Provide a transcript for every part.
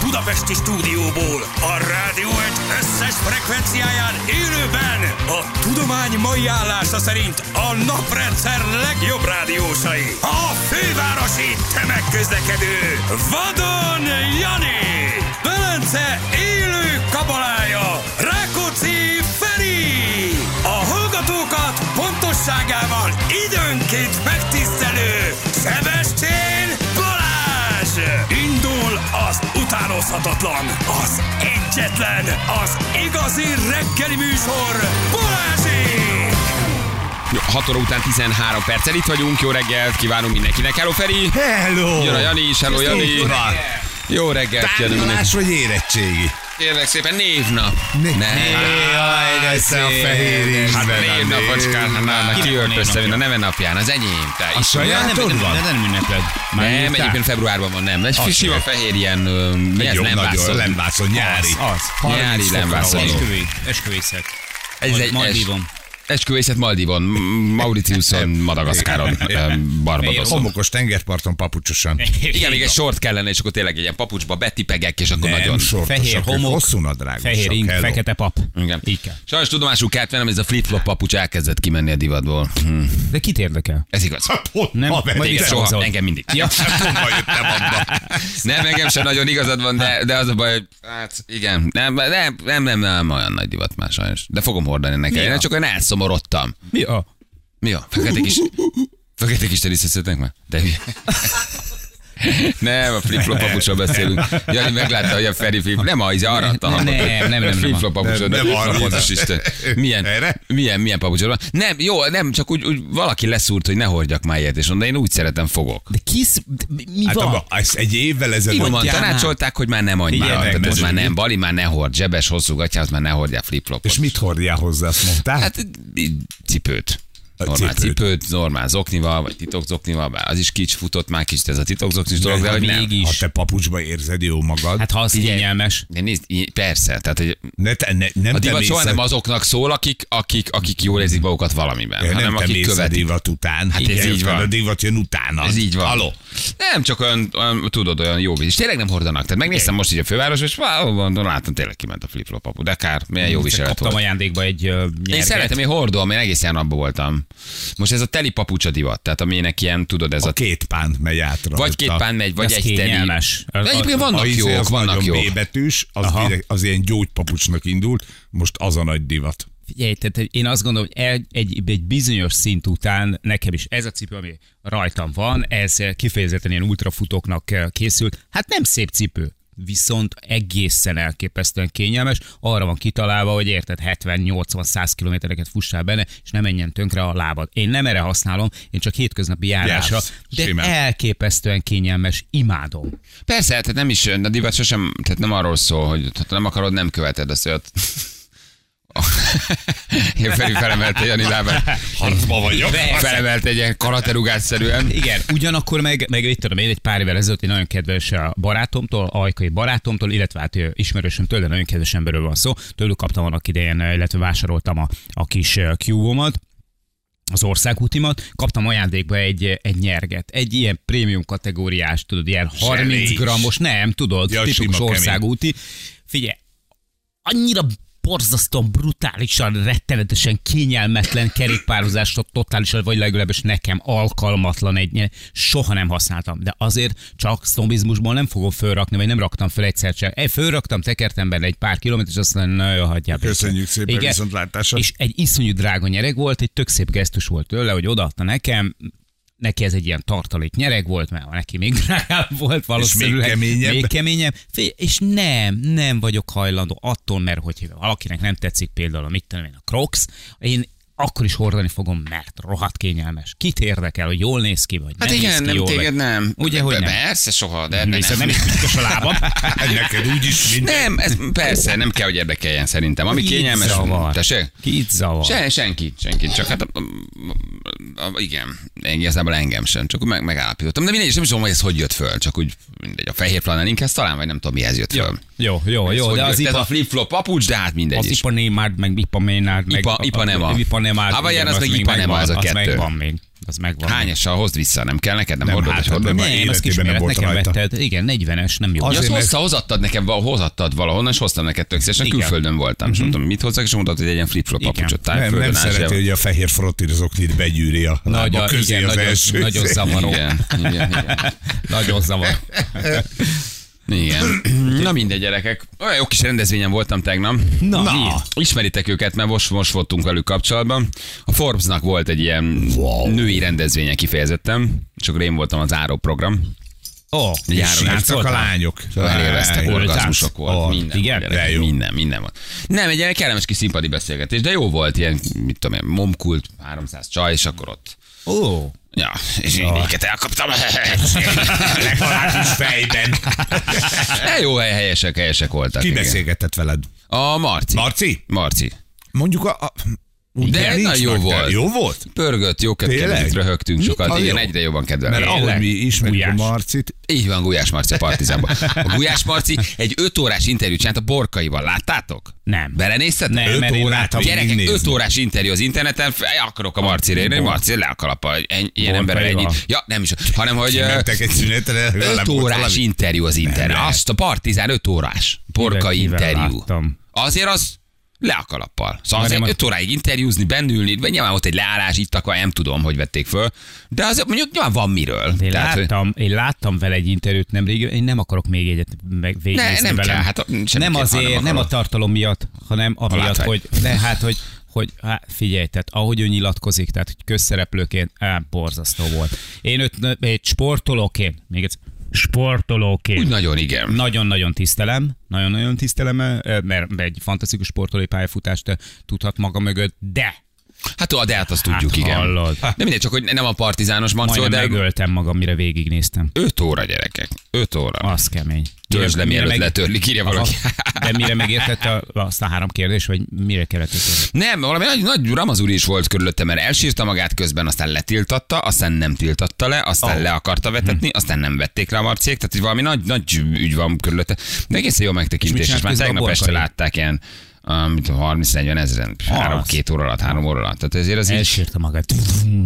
budapesti stúdióból, a Rádió egy összes frekvenciáján élőben, a tudomány mai állása szerint a naprendszer legjobb rádiósai, a fővárosi tömegközlekedő, Vadon Jani, Velence élő kabalája, Rákóczi Feri, a hallgatókat pontosságával időnként megtisztelő Sebestén Balázs! Indul az utánozhatatlan, az egyetlen, az igazi reggeli műsor Balázsék! 6 óra után 13 perccel itt vagyunk, jó reggelt kívánunk mindenkinek. Hello Feri! Hello! Jön a Jani is, hello Jani! Így van. Jó reggelt kívánunk mindenkinek. Tárgyalás vagy érettségi? Kérlek szépen névnap! Né- Ne. Jaj, de össze a fehér Hát ízben a névnap, bocskán, hát már Kinek ki van ölt össze, névnapja? mint a neve napján, az enyém. Te A is. nem, sajátod nem, van? nem, nem ünnepled. Már Nem, írtál? egyébként februárban van, nem. Egy sima jó. fehér ilyen, ö, mi ez, Jó, nem nagyon vászol. lemvászol, nyári. Az, az. Nyári 30 fokra lemvászoló. van. Esküvői, esküvészet. Ez Majd- egy majd es- hívom. Esküvészet hát Maldivon, M- Mauritiuson, Madagaszkáron, ö, Barbadoson. Homokos tengerparton papucsosan. Igen, még egy sort kellene, és akkor tényleg egy ilyen papucsba betipegek, és akkor Nem nagyon... sortosak, Fehér ők homok, hosszú nadrágosak. Fehér ink, hello. fekete pap. Igen. Így kell. Sajnos tudomásul kellett vennem, ez a flip-flop papucs elkezdett kimenni a divatból. Hm. De kit érdekel? Ez igaz. Hol- Nem, haver, majd Téged te- itt soha, elhozod. engem mindig. Ja, honnan jöttem abba? Nem, engem sem nagyon igazad van, de, de az a baj, hogy hát igen, nem, nem, nem, nem, nem olyan nagy divat már sajnos. De fogom hordani nekem. Én csak olyan elszomorodtam. Mi a? Mi a? Fekete kis... Fekete kis teniszeszetek már? De hülye. Nem, a flip-flop papucsról beszélünk. Jani meglátta, hogy a Feri flip... Nem, az arra adta a hangot. Nem, nem, nem, nem. Flip-flop papucsod. Nem, Nem, nem arra. nem, Isten. Milyen, Erre? milyen, milyen papucsod van? Nem, jó, nem, csak úgy, úgy valaki leszúrt, hogy ne hordjak már ilyet, és mondta, én úgy szeretem fogok. De kisz... de Mi mi Hát van? abba, ez egy évvel ezelőtt. Finoman mondjál már? tanácsolták, hogy már nem adj már, Figyelj meg, tehát ez most már így. nem bali, már ne hord, zsebes, hosszú gatyához már ne hordjál flip-flopot. És mit hordjál hozzá, azt mondtál? Hát így cipőt. A Normál cipőt. cipőt. normál zoknival, vagy titokzoknival, bár az is kics futott már kicsit ez a titokzoknis dolog, de hát hogy nem. mégis. Ha te papucsba érzed jó magad, Hát ha az kényelmes. De nézd, így- persze, tehát hogy ne te, ne, nem a te divat mész soha nem azoknak szól, akik, akik, akik jól érzik magukat valamiben, Ja, hanem nem te Hát, akik mész a követik. divat után. Hát ez így van. A divat jön utána. Ez így van. Halló. Nem, csak olyan, olyan tudod, olyan jó víz. És tényleg nem hordanak. Tehát megnéztem most így a főváros, és valóban láttam, tényleg kiment a flip-flop apu. De kár, milyen jó viselet Kaptam volt. ajándékba egy ö, nyerget. Én szeretem, én hordom, én egész ilyen napban voltam. Most ez a teli papucsa divat, tehát aminek ilyen, tudod, ez a... A két pánt megy át rajta. Vagy két pán megy, vagy Ez egy teli. kényelmes. De egyébként A- a- vannak izé jók, vannak nagyon jók. B betűs, az, direkt, az ilyen gyógypapucsnak indult, most az a nagy divat. Figyelj, tehát én azt gondolom, hogy egy, egy, egy bizonyos szint után nekem is ez a cipő, ami rajtam van, ez kifejezetten ilyen ultrafutóknak eh, készült. Hát nem szép cipő, viszont egészen elképesztően kényelmes. Arra van kitalálva, hogy érted, 70-80-100 kilométereket fussál benne, és ne menjen tönkre a lábad. Én nem erre használom, én csak hétköznapi járásra, Jársz, de simán. elképesztően kényelmes, imádom. Persze, tehát nem is, a divat sosem, tehát nem arról szól, hogy ha nem akarod, nem követed azt, olyat. Én Feri felemelte Jani lábát. Harcba vagyok. Felemelte egy ilyen karaterugásszerűen. Igen, ugyanakkor meg, meg itt tudom én, egy pár évvel ezelőtt egy nagyon kedves eh, barátomtól, ajkai barátomtól, illetve hát eh, ismerősömtől, de nagyon kedves emberről van szó, tőlük kaptam annak idején, eh, illetve vásároltam a, a kis q az országútimat, kaptam ajándékba egy, eh, egy nyerget, egy ilyen prémium kategóriás, tudod, ilyen 30 Zselés. grammos, nem, tudod, Ja, ja, tipikus sima, kemény. országúti. Figyelj, annyira borzasztóan brutálisan, rettenetesen kényelmetlen kerékpározásra totálisan, vagy legalábbis nekem alkalmatlan egy ilyen- soha nem használtam, de azért csak sznobizmusból nem fogom fölrakni, vagy nem raktam föl egyszer sem. Egy fölraktam, tekertem benne egy pár kilométert, és aztán nagyon hagyjál. békén. Köszönjük szépen, viszontlátásra. És egy iszonyú drága nyereg volt, egy tök szép gesztus volt tőle, hogy odaadta nekem, neki ez egy ilyen tartalék nyereg volt, mert neki még drágább volt valószínűleg. keményebb. Még keményebb. Figyelj, és nem, nem vagyok hajlandó attól, mert hogy valakinek nem tetszik például, a mit tudom én, a Crocs, én akkor is hordani fogom, mert rohadt kényelmes. Kit érdekel, hogy jól néz ki, vagy Hát nem igen, néz ki nem jól, téged vagy... nem. Ugye, hogy nem. Persze, soha, de de Viszont nem. nem is büszkös a lábam. Neked úgyis minden. Nem, ez persze, nem kell, hogy érdekeljen szerintem. Ami Kit kényelmes, zavar? tessék? Kit zavar? Se, senki, senki, csak hát a, a, a, igen, igazából engem sem, csak úgy meg, megállapítottam. De mindegy, és nem is tudom, hogy ez hogy jött föl, csak úgy mindegy, a fehér flanelink, ez talán, vagy nem tudom, mihez jött föl. Jó, jó, Ez jó, hogy de jött? az ez ipa, a flip-flop papucs, de hát mindegy az is. ipa némárd, meg ipa ménárd, meg Ipa- Ipanema. Ipa némárd. Havajan az meg Ipanema, az a kettő. Meg van még. Az megvan. Hányassal hozd vissza, nem kell neked, nem, Nem, hordod, hát hogy hordod. nem. Nem. Nem, életében az kis nem méret, volt nekem rajta. vetted. Igen, 40-es, nem jó. Ja, azt Azért, hozta, hozadtad nekem, val- hozadtad valahonnan, és hoztam neked tök szívesen, Igen. külföldön voltam, és mondtam, mit hozzak, és mondtad, hogy egy ilyen flip-flop Igen. papucsot Nem, tájföldön, nem szereti, Ázsiában. hogy a fehér frottírozoknit begyűri a Nagy, lába közé igen, az nagyon, első. izé. nagyon zavaró. Igen, igen, igen. Nagyon zavar. Igen. Na mindegy, gyerekek. Olyan jó kis rendezvényen voltam tegnap. Na. Miért? Ismeritek őket, mert most, most voltunk velük kapcsolatban. A Forbesnak volt egy ilyen wow. női rendezvénye kifejezetten, csak én voltam az áró program. Ó, Egy És három sírtak a lányok. Eléreztek, Lány- orgazmusok volt, Ó, minden, igen? volt, De gyerekek, jó. minden, minden volt. Nem, egy ilyen kellemes kis színpadi beszélgetés, de jó volt, ilyen, mit tudom én, momkult, 300 csaj, és akkor ott Ó, Ja, és én éket elkaptam. Legalábbis fejben. De jó, helyesek, helyesek voltak. Ki igen. beszélgetett veled? A Marci. Marci? Marci. Mondjuk a... a De nincs nagyon jó nagy- volt. Jó volt? Pörgött, jó kedvedet, Tényleg? röhögtünk Mi? sokat. Az Igen, jó. egyre jobban kedvelem. Mert ahogy mi ismerjük a Gulyás. Marcit, Így van, Gulyás Marci a Partizánban. A Gulyás Marci egy 5 órás interjút csinált a borkaival, láttátok? Nem. Belenézted? Nem, Öt mert én órát láttam. a Gyerekek, nézni. 5 órás interjú az interneten, fel akarok a Marcira érni, Marci le a kalapa, eny- ilyen ember Borkaival. ennyit. Ja, nem is, hanem hogy... ö, mentek egy szünetre, legalább 5 volt órás valami. interjú az internet. lehet. Azt a Partizán 5 órás porka Kivel- kivel interjú. láttam? Azért az le a kalappal. Szóval azért nem a- 5 óráig interjúzni, bennülni, vagy nyilván ott egy leállás, itt akar, nem tudom, hogy vették föl, de azért mondjuk nyilván van miről. Én Tehát, Hát, hogy- láttam, én láttam vele egy interjút nemrég, én nem akarok még egyet meg végignézni Ne, nem velem. kell, hát a- semmiképp, nem ha azért, nem nem, nem a akarod. tartalom miatt, hanem amiatt, látvány. hogy ne, hát, hogy hogy hát figyelj, tehát ahogy ő nyilatkozik, tehát hogy közszereplőként, á, borzasztó volt. Én őt egy sportolóként, még egy sportolóként. Úgy nagyon igen. Nagyon-nagyon tisztelem, nagyon-nagyon tisztelem, eh, mert egy fantasztikus sportolói pályafutást eh, tudhat maga mögött, de Hát a deát azt tudjuk, igen. hallod. De mindegy, csak hogy nem a partizános mancó, majdnem de megöltem magam, mire végignéztem. 5 óra gyerekek. 5 óra. Az kemény. Törzs le, Mire- mire mielőtt meg- letörlik, írja valaki. Aha. De mire megértette a- azt a három kérdés, vagy mire kellett ez? Nem, valami nagy, nagy ramazúri is volt körülötte, mert elsírta magát közben, aztán letiltatta, aztán nem tiltatta le, aztán oh. le Mhm. akarta vetetni, hm. aztán nem vették le a marciék, tehát így valami nagy, nagy ügy van körülötte. De egészen jó megtekintés, és, csinált már közben a tegnap Borkai? este látták ilyen, um, mit tudom, 30-40 ezeren, három, két óra alatt, három óra alatt. Tehát ezért az így, Elsírta magát,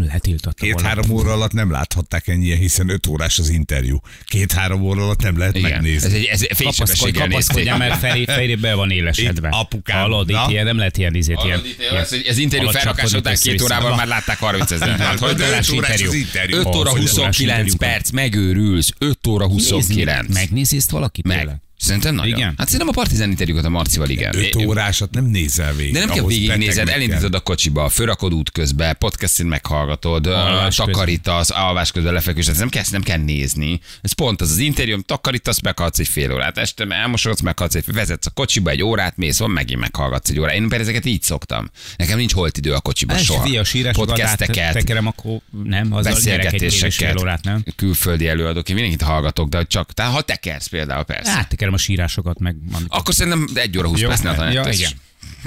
letiltotta volna. Két-három óra alatt nem láthatták ennyien, hiszen öt órás az interjú. Két-három óra alatt nem lehet igen, ez megnézni. egy ez Kapaszkodj, fénysebességgel nézték. kapaszkodjál, mert felé, felé be van élesedve. Itt, apukám, Hallod, itt na? ilyen, nem lehet ilyen izét, ilyen, Hallod, itt az, hogy Ez interjú alacsony felrakása után kapodítás két órával vissza. már látták 30 ezeren. Hát, hogy öt órás órás interjú. az interjú. 5 óra Az, hogy órás 29 interjúkat. perc, megőrülsz, 5 óra Nézni, 29. Megnézi ezt valaki Meg. tőle? Szerintem nagyon. Igen. Hát szerintem a partizán interjúkat a Marcival igen. Öt órásat nem nézel végig. De nem kell ahhoz végignézed, betegnek kell. elindítod a kocsiba, fölrakod út közben, podcastin meghallgatod, Alvás közben. takarítasz, alvás közben lefekvés, ez nem kell, ezt nem kell nézni. Ez pont az az interjú, takarítasz, meghalsz egy fél órát, este elmosogatsz, meghalsz egy vezetsz a kocsiba, egy órát mész, van megint meghallgatsz egy órát. Én például ezeket így szoktam. Nekem nincs holt idő a kocsiba Ez soha. via sírásokat Podcasteket, tekerem, akkor nem, az a gyerek egy két és fél beszélgetéseket, órát, nem? külföldi előadók, én mindenkit hallgatok, de csak, tehát ha tekersz például, persze. Áttekerem a sírásokat, meg amit Akkor szerintem 1 óra 20 Hát. Jó. percnél talán. Ja, ettől is. igen.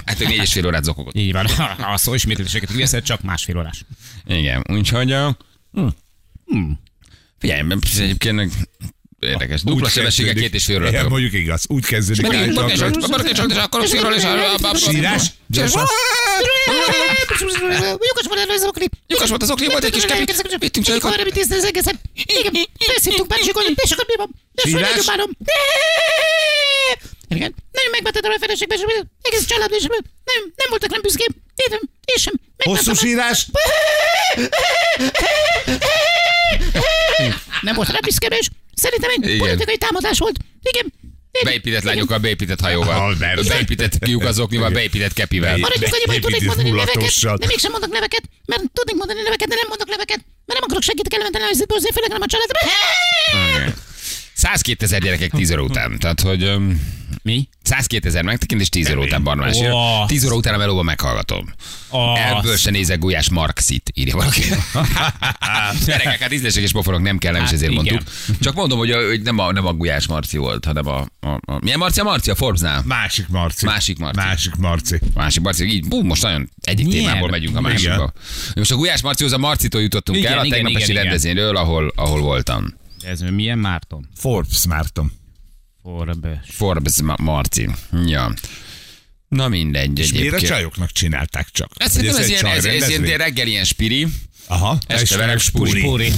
Hát ők négy és fél órát zokogott. Így van, a szó ismétléseket kiveszed, csak másfél órás. Igen, úgyhogy a... Hm. Figyelj, mert egyébként meg érdekes. Úgy Dupla sebességgel kezdődik. két és fél óra. Igen, tarok. mondjuk igaz. Úgy kezdődik. Mindig Ázsa, barkács, hogy- barkács, barkács, és akkor a szívról is a- a- a- a- Sírás? Sírás. De az- Lyukas van erről az okli. Lyukas volt az okli, volt egy kis kepi. Vittünk Egyik csajokat. arra, amit észre az egészen. Igen, beszéltünk már zsikolni, de sokat mi van? De sokat Sírás? nagyon bánom. Igen, nagyon megváltottam a feleségbe, és egész család, és nem, nem voltak nem büszkém. Én nem, én sem. Hosszú Megbántam. sírás? Nem volt rá büszkém, és szerintem egy Igen. politikai támadás volt. Igen. igen, Beépített igen. lányokkal, beépített hajóval. Ah, nem. Beépített kiukazoknival, beépített kepivel. Maradjunk Be- annyiban, hogy tudnék beépített mondani mullatossal. neveket, de mégsem mondok neveket, mert tudnék mondani neveket, de nem mondok neveket, mert nem akarok senkit kellemetlen helyzetbe hozni, főleg nem a családba. 102 ezer gyerekek 10 óra után. Tehát, hogy... öm, Mi? 102 ezer megtekintés 10 óra után barnás. Ó. 10 óra után a melóban meghallgatom. Ó. Ebből se nézek Gulyás Marxit, írja valaki. Gyerekek, hát ízlések és pofonok nem kell, nem is Hát ezért igen. mondtuk. Csak mondom, hogy, a, hogy nem, a, nem a Gulyás Marci volt, hanem a... a, a milyen Marci a Marci? A Forbesnál? Másik Marci. Másik Marci. Másik Marci. Másik Marci, így bú, most nagyon egyik Milyen? témából megyünk a másikba. Igen. Most a Gulyás Marcihoz a Marcitól jutottunk Igen, el a igen, tegnapesi igen, igen. rendezvényről, ahol, ahol voltam. Ez milyen Márton? Forbes Márton. Forbe. Forbes Ma- Marci. Ja. Na mindegy És miért a egyébként. csajoknak csinálták csak? Hát Hogy szerintem ez, egy ilyen, ez, ez ilyen csajrendezvény? reggel ilyen spiri, Aha. Este velem spúri. Spúri.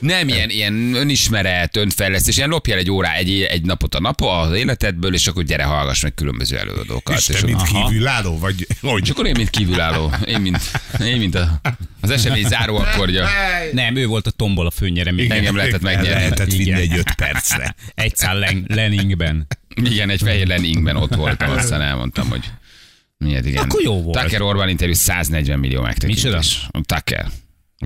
Nem, ilyen, ilyen önismeret, önfejlesztés, ilyen lopjál egy órá, egy, egy napot a nap az életedből, és akkor gyere, hallgass meg különböző előadókat. És és, te mint aha. kívülálló, vagy és hogy? akkor én, mint kívülálló, én, mint, én, mint a, az esemény záró akkordja. Nem, ő volt a tombol a főnyeremény. Engem lehetett megnyerni. Lehetett vinni Igen. egy öt percre. Egy szál len- Lenningben. Igen, egy fehér Leningben ott voltam, aztán elmondtam, hogy miért igen. Akkor jó volt. Tucker Orbán interjú 140 millió megtekintés. Micsoda? Tucker.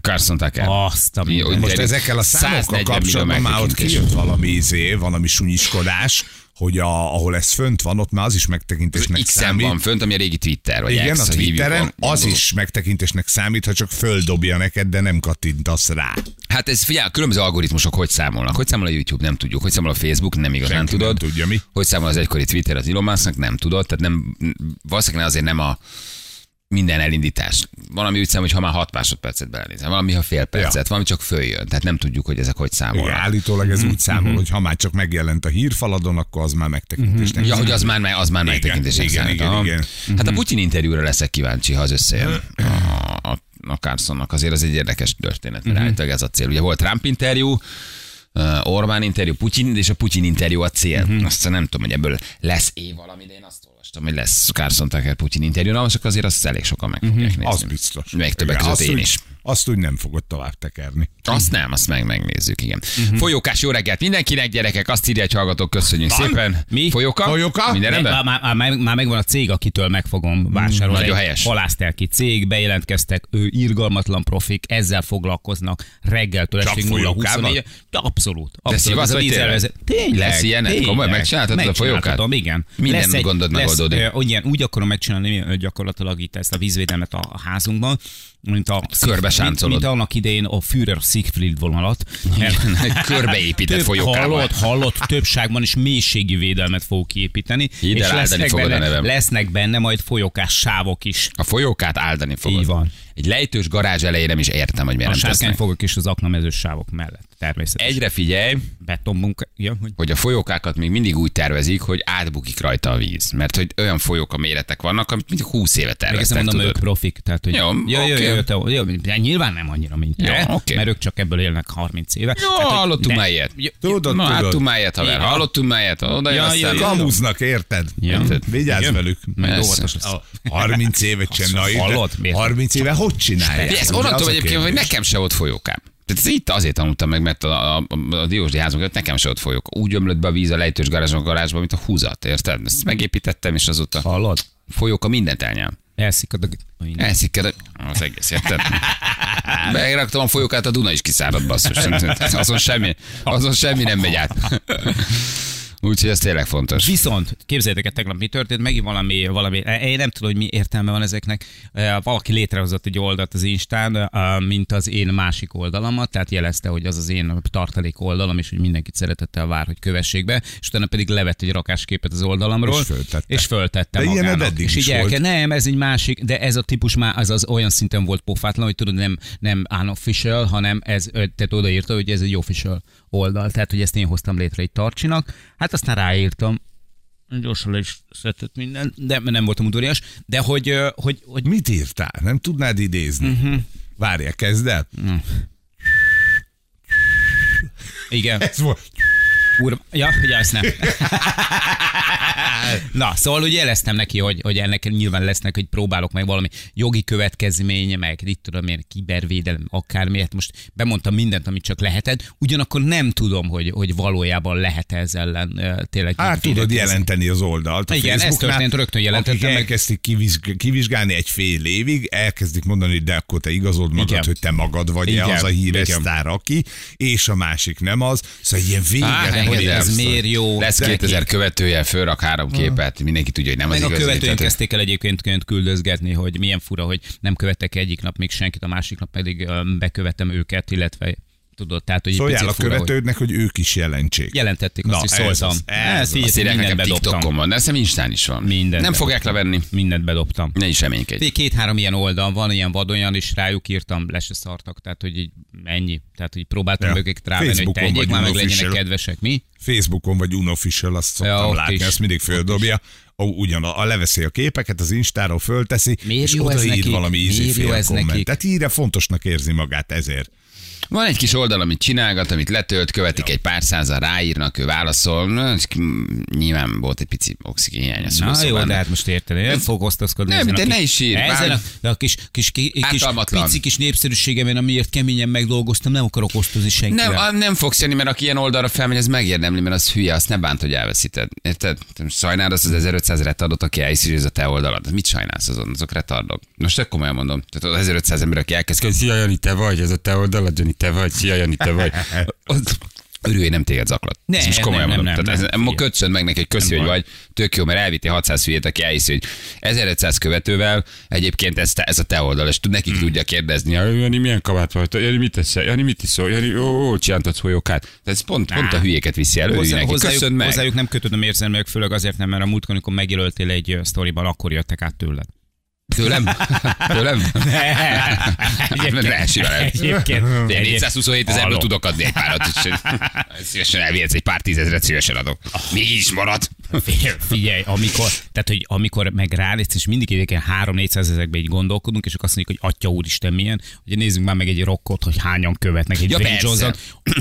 Carson Tucker. Azt a Jó, minden. Most Interjú. ezekkel a 140 számokkal millió kapcsolatban már ott megtekintés. kijött valami izé, valami sunyiskodás, hogy a, ahol ez fönt van, ott már az is megtekintésnek X-en számít. van fönt, ami a régi Twitter, vagy Igen, X, a ha hívjuk, Twitteren a- az is megtekintésnek számít, ha csak földobja neked, de nem kattintasz rá. Hát ez figyelj, a különböző algoritmusok hogy számolnak? Hogy számol a YouTube? Nem tudjuk. Hogy számol a Facebook? Nem igazán Senki nem tudod. tudja, mi. Hogy számol az egykori Twitter az Elon Musknak? Nem tudod. Tehát nem, valószínűleg azért nem a minden elindítás. Valami úgy számol, hogy ha már 6 másodpercet belenézel, valami ha fél percet, ja. valami csak följön. Tehát nem tudjuk, hogy ezek hogy Igen, számolnak. állítólag Mhm. ez úgy számol, hogy ha már csak megjelent a hírfaladon, akkor az már megtekintésnek Mhm. Ja, hogy az már, me- az már Mm-hmm. Igen, megtekintésnek igen, számít. igen, Aha. igen. Mm-hmm. Hát a Putyin interjúra leszek kíváncsi, ha az összejön. A, a, a Carsonnak azért az egy érdekes történet, Mm-hmm. mert állítólag ez a cél. Ugye volt Trump interjú, ö, Orbán interjú, Putyin, és a Putyin interjú a cél. Mm-hmm. Aztán nem tudom, hogy ebből lesz-e valami, de én azt olvastam, hogy lesz Carson Tucker Putyin interjú. Na, most akkor azért azt elég sokan meg fogják nézni. Mm-hmm. Az biztos. Meg többek Igen, között azt én úgy- is. Azt úgy nem fogod tovább tekerni. Azt nem, azt meg megnézzük, igen. Mm-hmm. Uh-huh. Folyókás, jó reggelt mindenkinek, gyerekek, azt írja egy hallgatók, köszönjük Van? szépen. Mi? Folyóka? Folyóka? Minden Ne, rendben? Mm, Már, már, már, már megvan a cég, akitől meg fogom vásárolni. Nagyon Egy helyes. Halásztelki cég, bejelentkeztek, ő irgalmatlan profik, ezzel foglalkoznak reggeltől Csak estig folyókában? 0-24. De Abszolút. abszolút. igaz, Ez a vagy tényleg? vízelvezet- Tényleg. Lesz ilyened? tényleg. Komolyan? Megcsinálhatod a folyókát? Megcsinálhatom, Igen. Minden gondod lesz, megoldódik. ö, Ugyan, úgy akarom megcsinálni ö, gyakorlatilag itt ezt a vízvédelmet a a házunkban, mint a Körbe mint, sáncolod. mint annak idején a Führer Siegfried vonalat. Egy körbeépített Több folyókával. Hallott, hallott, többságban is mélységi védelmet fogok kiépíteni. Hidd el, és áldani lesznek fogod a benne, nevem. lesznek benne majd folyókás sávok is. A folyókát áldani fogod. Így van. Egy lejtős garázs elején nem is értem, hogy miért A nem sárkány tesznek. fogok is az aknamezős sávok mellett, természetesen. Egyre figyelj, betonmunka... Ja, hogy... hogy a folyókákat még mindig úgy tervezik, hogy átbukik rajta a víz. Mert hogy olyan folyóka méretek vannak, amit mindig 20 éve Meg ezt terveztek, mondom, tudod. ők profik, tehát hogy Jó, jó, jó, oké. jó, te, jó, de nyilván nem annyira, mint te, Jó, oké. mert ők csak ebből élnek 30 éve. Hát, Jó, hogy hallottunk ne- már ilyet. Jó, Tudod, Na, hát tudod. tudunk már ilyet, haver. Igen. Hallottunk már ilyet. Oda jön Ja, aztán. ja, ja. Kamuznak, érted? Ja. Vigyázz Igen. velük. Meg Persze. óvatos lesz. 30 évet csináljuk. hallod? de Miért? 30 éve hogy csinálják? De ez Ugye, onnantól az a tudom egyébként, hogy kérdés. nekem se volt folyókám. Tehát ez itt azért tanultam meg, mert a, a, a, a Diósdi házunk előtt nekem se ott folyók. Úgy ömlött be a víz a lejtős garázsban, garázsba, mint a húzat, érted? Ezt megépítettem, és azóta Hallod? folyóka mindent elnyel. Elszikad a... Minden. Elsziked az egész, érted? Megraktam a folyókát, a Duna is kiszáradt, basszus. Azon semmi, azon semmi nem megy át. Úgyhogy ez tényleg fontos. Viszont képzeljétek el, tegnap mi történt, megint valami, valami, e, én nem tudom, hogy mi értelme van ezeknek. Eh, Valaki létrehozott egy oldalt az Instán, eh, mint az én másik oldalamat, tehát jelezte, hogy az az én tartalék oldalam, és hogy mindenkit szeretettel vár, hogy kövessék be, és utána pedig levett egy rakásképet az oldalamról, És föltette. és föltette De magának. ilyened eddig és is így volt. elke- nem, ez egy másik, de ez a típus már az, az olyan szinten volt pofátlan, hogy tudod, nem, nem unofficial, hanem ez, ö, tehát odaírta, hogy ez egy official oldal, tehát hogy ezt én hoztam létre egy tarcsinak. Hát aztán ráírtam, gyorsan le is szedett minden, de nem voltam udvarias, de hogy, ö, hogy, hogy Mit írtál? Nem tudnád idézni? Mhm. Uh-huh. Várja, kezd el. igen, Ez volt. Úr, ja, ugye azt nem. Na, szóval ugye jeleztem neki, hogy, hogy ennek nyilván lesznek, hogy próbálok meg valami jogi következménye, meg itt tudom én, kibervédelem, akármi, hát most bemondtam mindent, amit csak lehetett, ugyanakkor nem tudom, hogy, hogy valójában lehet ez ellen ö, tényleg. Hát mindenféle tudod kezdeni. jelenteni az oldalt. A Igen, ez Facebooknál, történt, rögtön jelentettem akik meg. Elkezdték kivizg- kivizsgálni egy fél évig, elkezdik mondani, hogy de akkor te igazold magad, Igen. hogy te magad vagy Igen, -e az a híres igen. sztár, aki, és a másik nem az. Szóval ilyen vége, Á, nem engedd hogy el. hát, Ez miért jó? Lesz De 2000 követője, fölrak három képet, mindenki tudja, hogy nem az Meg a igazi. követőink tehát- kezdték el egyébként könyv küldözgetni, hogy milyen fura, hogy nem követek egyik nap még senkit, a másik nap pedig ö, bekövetem őket, illetve tudod, tehát hogy egy Szóljál picit Szóval a fura, hogy- követődnek, hogy ők is jelentsék. Jelentették, azt Na, is ez szóltam. az, ez az. figyelj, Azt írják mindent nekem bedobtam. TikTokon van, de azt hiszem Instán is van. Mindent Nem fogják bedobtam. levenni. Mindent bedobtam. Ne is reménykedj. Figyelj, Két-három ilyen oldal van, ilyen vadonyan, és rájuk írtam, le se szartak, tehát hogy így ennyi. Tehát, hogy próbáltam Ja. ja. őket rávenni, hogy Facebookon tegyék vagy már, meg unofficial. legyenek kedvesek. Mi? Facebookon vagy unofficial, azt szoktam Ja, ja, ott látni, is. ezt mindig földobja. a- ugyan a, a leveszi a képeket, az Instáról fölteszi, Miért és jó ez odaír nekik? valami ízi Miért jó fél ez nekik? komment. Tehát híre fontosnak érzi magát ezért. Van egy kis oldal, amit csinálgat, amit letölt, követik egy pár százan, ráírnak, ő válaszol. Na, és ki- Nyilván volt egy pici oxigén hiány a Na jó, szószobában. de hát most érted, én nem fogok osztozkodni. Nem, ezen a de kis- ne is írj, Ezen bár- a, a kis, kis, kis, kis Ártalmatlan. pici kis népszerűségemen, amiért keményen megdolgoztam, nem akarok osztozni senkivel. Nem, a, nem fogsz jönni, mert aki ilyen oldalra felmegy, az megérdemli, mert az hülye, azt ne bánt, hogy elveszíted. Érted? Te most Sajnálod azt az 1500 retardot, aki elhiszi, hogy ez a te oldalad. Mit sajnálsz azon? Azok retardok. Most tök komolyan mondom. Tehát az 1500 ember, aki elkezd hogy Szia Jani, te vagy, ez a te oldalad, Jani, te vagy, Szia Jani, te vagy. Az- Örülj, nem téged zaklat. Ne, Ezt most komolyan nem, nem, mondom. nem, Tehát nem. ez, ma kötszöd meg neki, hogy köszi, hogy vagy. Tök jó, mert elviti 600 hülyét, aki elhiszi, hogy 1500 követővel egyébként ez, te, ez a te oldal, és tud nekik tudja kérdezni, Ja, Jani, milyen kabát vagy? Jani, mit teszel? Jani, mit iszol? Jani, ó, ó csináltad folyókát. De ez pont, pont a hülyéket viszi elő, Hozzá, neki. hozzájuk, Köszönöd meg. hozzájuk nem kötődöm érzelmek, főleg azért nem, mert a múltkor, amikor megjelöltél egy ö, sztoriban, akkor jöttek át tőled. Tőlem? Tőlem? Hát, Egyébként. Ne, simán el. Egyébként. De Egyébként. 427 ezerből Hallom. tudok adni egy párat, úgyhogy szívesen elvihetsz egy pár tízezret, szívesen adok. Ah. Még így is marad. Figyelj, Figyelj, amikor, tehát, hogy amikor meg ránéz, és mindig egyébként 3-400 ezekben így gondolkodunk, és akkor azt mondjuk, hogy atya úristen milyen, ugye nézzünk már meg egy rockot, hogy hányan követnek egy Ja, Dwayne persze. Johnson,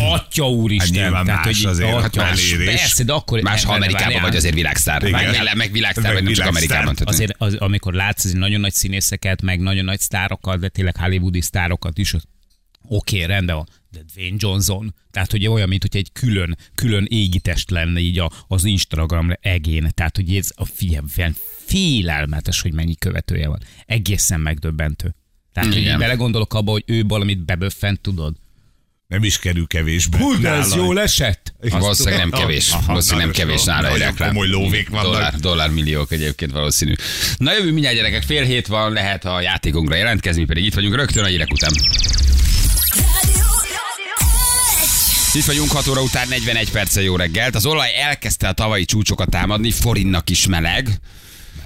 atya úristen. Hát nyilván más azért, hát atya, más úristen. elérés. Persze, de akkor Más, ha erre Amerikában várjál. vagy, azért világsztár. Igen. Meg, vilá- meg világsztár Meg vagy, nem csak világsztár. Amerikában. Tehát Azért az, amikor látsz az nagyon nagy színészeket, meg nagyon nagy sztárokat, de tényleg hollywoodi sztárokat is, az oké, okay, rendben van. De Dwayne Johnson, tehát ugye olyan, mint hogy egy külön, külön égitest lenne így a, az Instagram egén. Tehát, hogy ez a figyelm, figyelm, félelmetes, hogy mennyi követője van. Egészen megdöbbentő. Tehát, hogy így Igen. belegondolok abba, hogy ő valamit beböffent, tudod? Nem is kerül kevésbe. Hú, de ez nála. jól esett! Az valószínűleg nem kevés. Aha, valószínűleg nem nagyon kevés sok- nála egy nagyon reklám. komoly lóvék vannak. dollár, dollármilliók egyébként valószínű. Na jövő mindjárt gyerekek, fél hét van, lehet a játékunkra jelentkezni, pedig itt vagyunk rögtön a hírek után. Itt vagyunk 6 óra után 41 perccel jó reggelt. Az olaj elkezdte a tavalyi csúcsokat támadni, forinnak is meleg.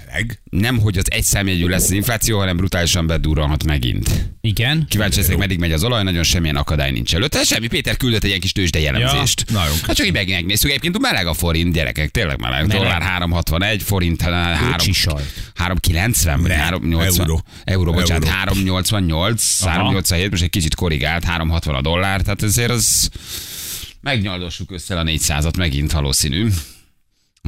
Meleg. Nem, hogy az egy számjegyű lesz az infláció, hanem brutálisan bedurranhat megint. Igen. Kíváncsi leszek, meddig megy az olaj, nagyon semmilyen akadály nincs előtte. Semmi, Péter küldött egy ilyen kis tőzsdei jellemzést. Ja, nagyon hát csak így meg- megnéztük, egyébként meleg a forint, gyerekek, tényleg meleg. Meleg. Dollár 361, forint hát, három- sajt. 390, vagy 380. euró. Euró, bocsánat, Euró. 388, 387, most egy kicsit korrigált, 360 a dollár, tehát ezért az megnyaldossuk össze a 400-at megint valószínű.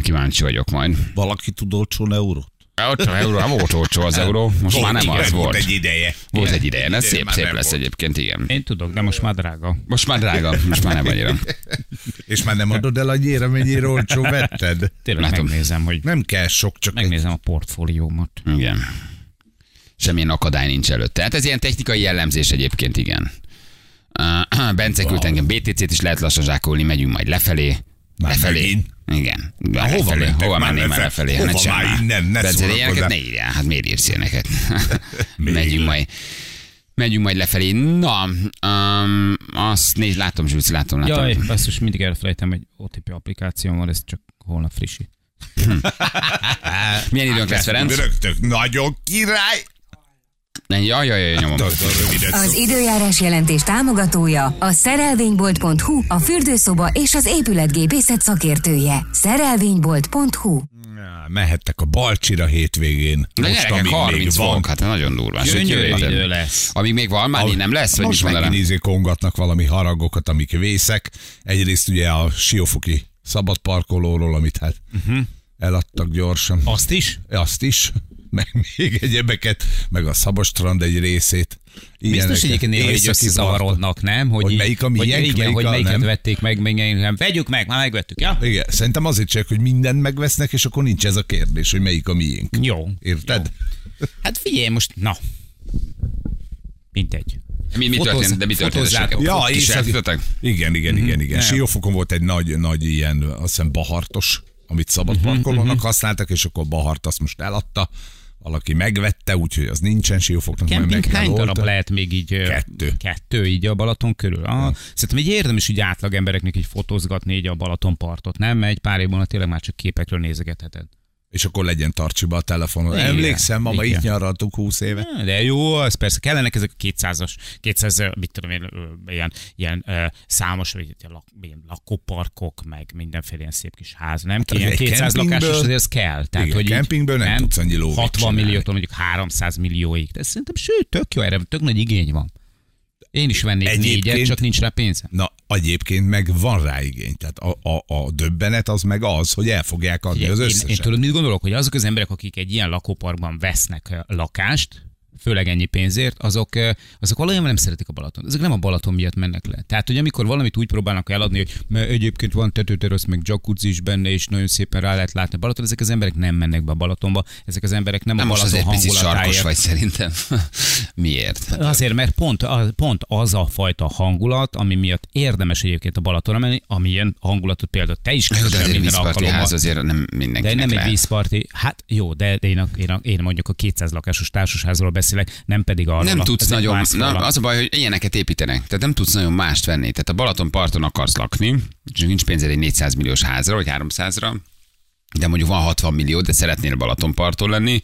Kíváncsi vagyok majd. Valaki tud olcsón eurót? Ott euró, hát volt olcsó az euró, most már nem igen, az volt. Egy ideje. Volt egy ideje, ez szép, már szép nem lesz volt. egyébként, igen. Én tudok, de most már drága. Most már drága, most már nem annyira. És már nem adod el annyira, mennyire olcsó vetted. Tényleg Látom. megnézem, hogy Nem kell sok, csak egy megnézem a portfóliómat. Igen. Semmilyen akadály nincs előtte. Hát ez ilyen technikai jellemzés egyébként, igen. Uh, Bence küldt engem BTC-t is lehet lassan zsákolni, megyünk majd lefelé. Már lefelé. megint? Igen. De hova lefelé. mentek hova már mennék már lefelé? lefelé? Hova Hát sem már innen? Bence, Ne de szórakozzál. ilyeneket ne írjál, hát miért írsz ilyeneket? megyünk majd. Megyünk majd lefelé. Na, um, azt nézd, látom, Zsülc, látom, látom. Jaj, Hát, basszus, mindig elfelejtem, hogy OTP applikációm van, ez csak holnap frissít. Milyen időnk lesz, Ferenc? rögtök. Nagyon király. Jaj, jaj, jaj, nyomom. Tartom, rövidet Az időjárás jelentés támogatója a szerelvénybolt.hu, a fürdőszoba és az épületgépészet szakértője. Szerelvénybolt.hu Á, mehettek a Balcsira hétvégén. De Most, gyerekek, amíg 30 még fok, van. hát nagyon durva. Sőt, Gyönyörű jövő héten. idő lesz. Amíg még van, már Ahogy nem lesz, vagy mit most mondanám? megint izé kongatnak valami haragokat, amik vészek. Egyrészt ugye a Siófoki szabadparkolóról, amit hát uh-huh. eladtak gyorsan. Mhm. Azt is? Azt is, meg még egyebeket, meg a Szabadstrand egy részét. Biztos egyébként néha így Északi parkok. összezavarodnak, nem? Hogy, Hogy így- melyik a hogy miénk, igen, melyik hogy a melyiket nem. vették meg, meg, meg, nem. Vegyük meg, már megvettük, ja? Igen, szerintem azért csak, hogy mindent megvesznek, és akkor nincs ez a kérdés, hogy melyik a miénk. Jó. Érted? Hát figyelj most, na. Mindegy. Mi, mi Fotóz- történt? De mi történt? fotózzátok. Srácok? Ja, Kis északi- eltudtatok? Igen, igen, Mhm. igen, igen. Siófokon volt egy nagy, nagy ilyen, azt hiszem bahartos, amit szabad Mhm, parkolónak használtak, és akkor bahart azt most eladta. Valaki megvette, úgyhogy az nincsen Siófoknak. majd Kemping meg kell hány darab oltani. lehet még így? ö, Kettő. Kettő így a Balaton körül. Ah, szerintem így érdemes így átlag embereknek így fotózgatni így a Balaton partot, nem? Mert egy pár év múlva tényleg már csak képekről nézegetheted. és akkor legyen tartsiba a telefonon. Igen, Emlékszem, mama igen. itt nyaraltunk 20 éve. De jó, az persze kellenek ezek a 200-as, 200, mit tudom én, ö, ilyen, ilyen ö, számos, vagy ilyen lak, ilyen lakóparkok, meg mindenféle ilyen szép kis ház, nem? Hát az ilyen egy 200 lakásos, kempingből- azért ez kell. Tehát, Igen, hogy így kempingből nem tudsz annyi lóvét 60 csinálni. milliótól mondjuk 300 millióig. De szerintem, sőt, tök jó erre, tök nagy igény van. Én is vennék Egyébként- négyet, csak nincs rá pénzem. Na, egyébként meg van rá igény. Tehát a, a, a döbbenet az meg az, hogy el fogják adni az Ugye, összeset. Én, én tudod, mit gondolok, hogy azok az emberek, akik egy ilyen lakóparkban vesznek ö, lakást, főleg ennyi pénzért, azok, ö, azok valójában nem szeretik a Balaton. Ezek nem a Balaton miatt mennek le. Tehát, hogy amikor valamit úgy próbálnak eladni, hogy mert egyébként van tetőterasz, meg jacuzzi is benne, és nagyon szépen rá lehet látni a Balaton, ezek az emberek nem mennek be a Balatonba, ezek az emberek nem, Nem a most Balaton azért picit sarkos hangulatáért. vagy szerintem. Miért? Azért, mert pont, a- pont az a fajta hangulat, ami miatt érdemes egyébként a Balatonra menni, amilyen hangulatot például te is Jó, de keresel azért minden vízparti alkalommal. ház azért nem De mindenkinek nem egy lehet. vízparti, hát jó, de de én, a, én, a, én mondjuk a 200 lakásos társasházról beszélek, nem pedig arról. Nem a- tudsz ez egy nagyon, másfajta na, lak- az a baj, hogy ilyeneket építenek, tehát nem tudsz nagyon mást venni. Tehát a Balatonparton akarsz lakni, és nincs pénzed egy 400 milliós házra, vagy 300-ra, de mondjuk van 60 millió, de szeretnél Balatonparton lenni,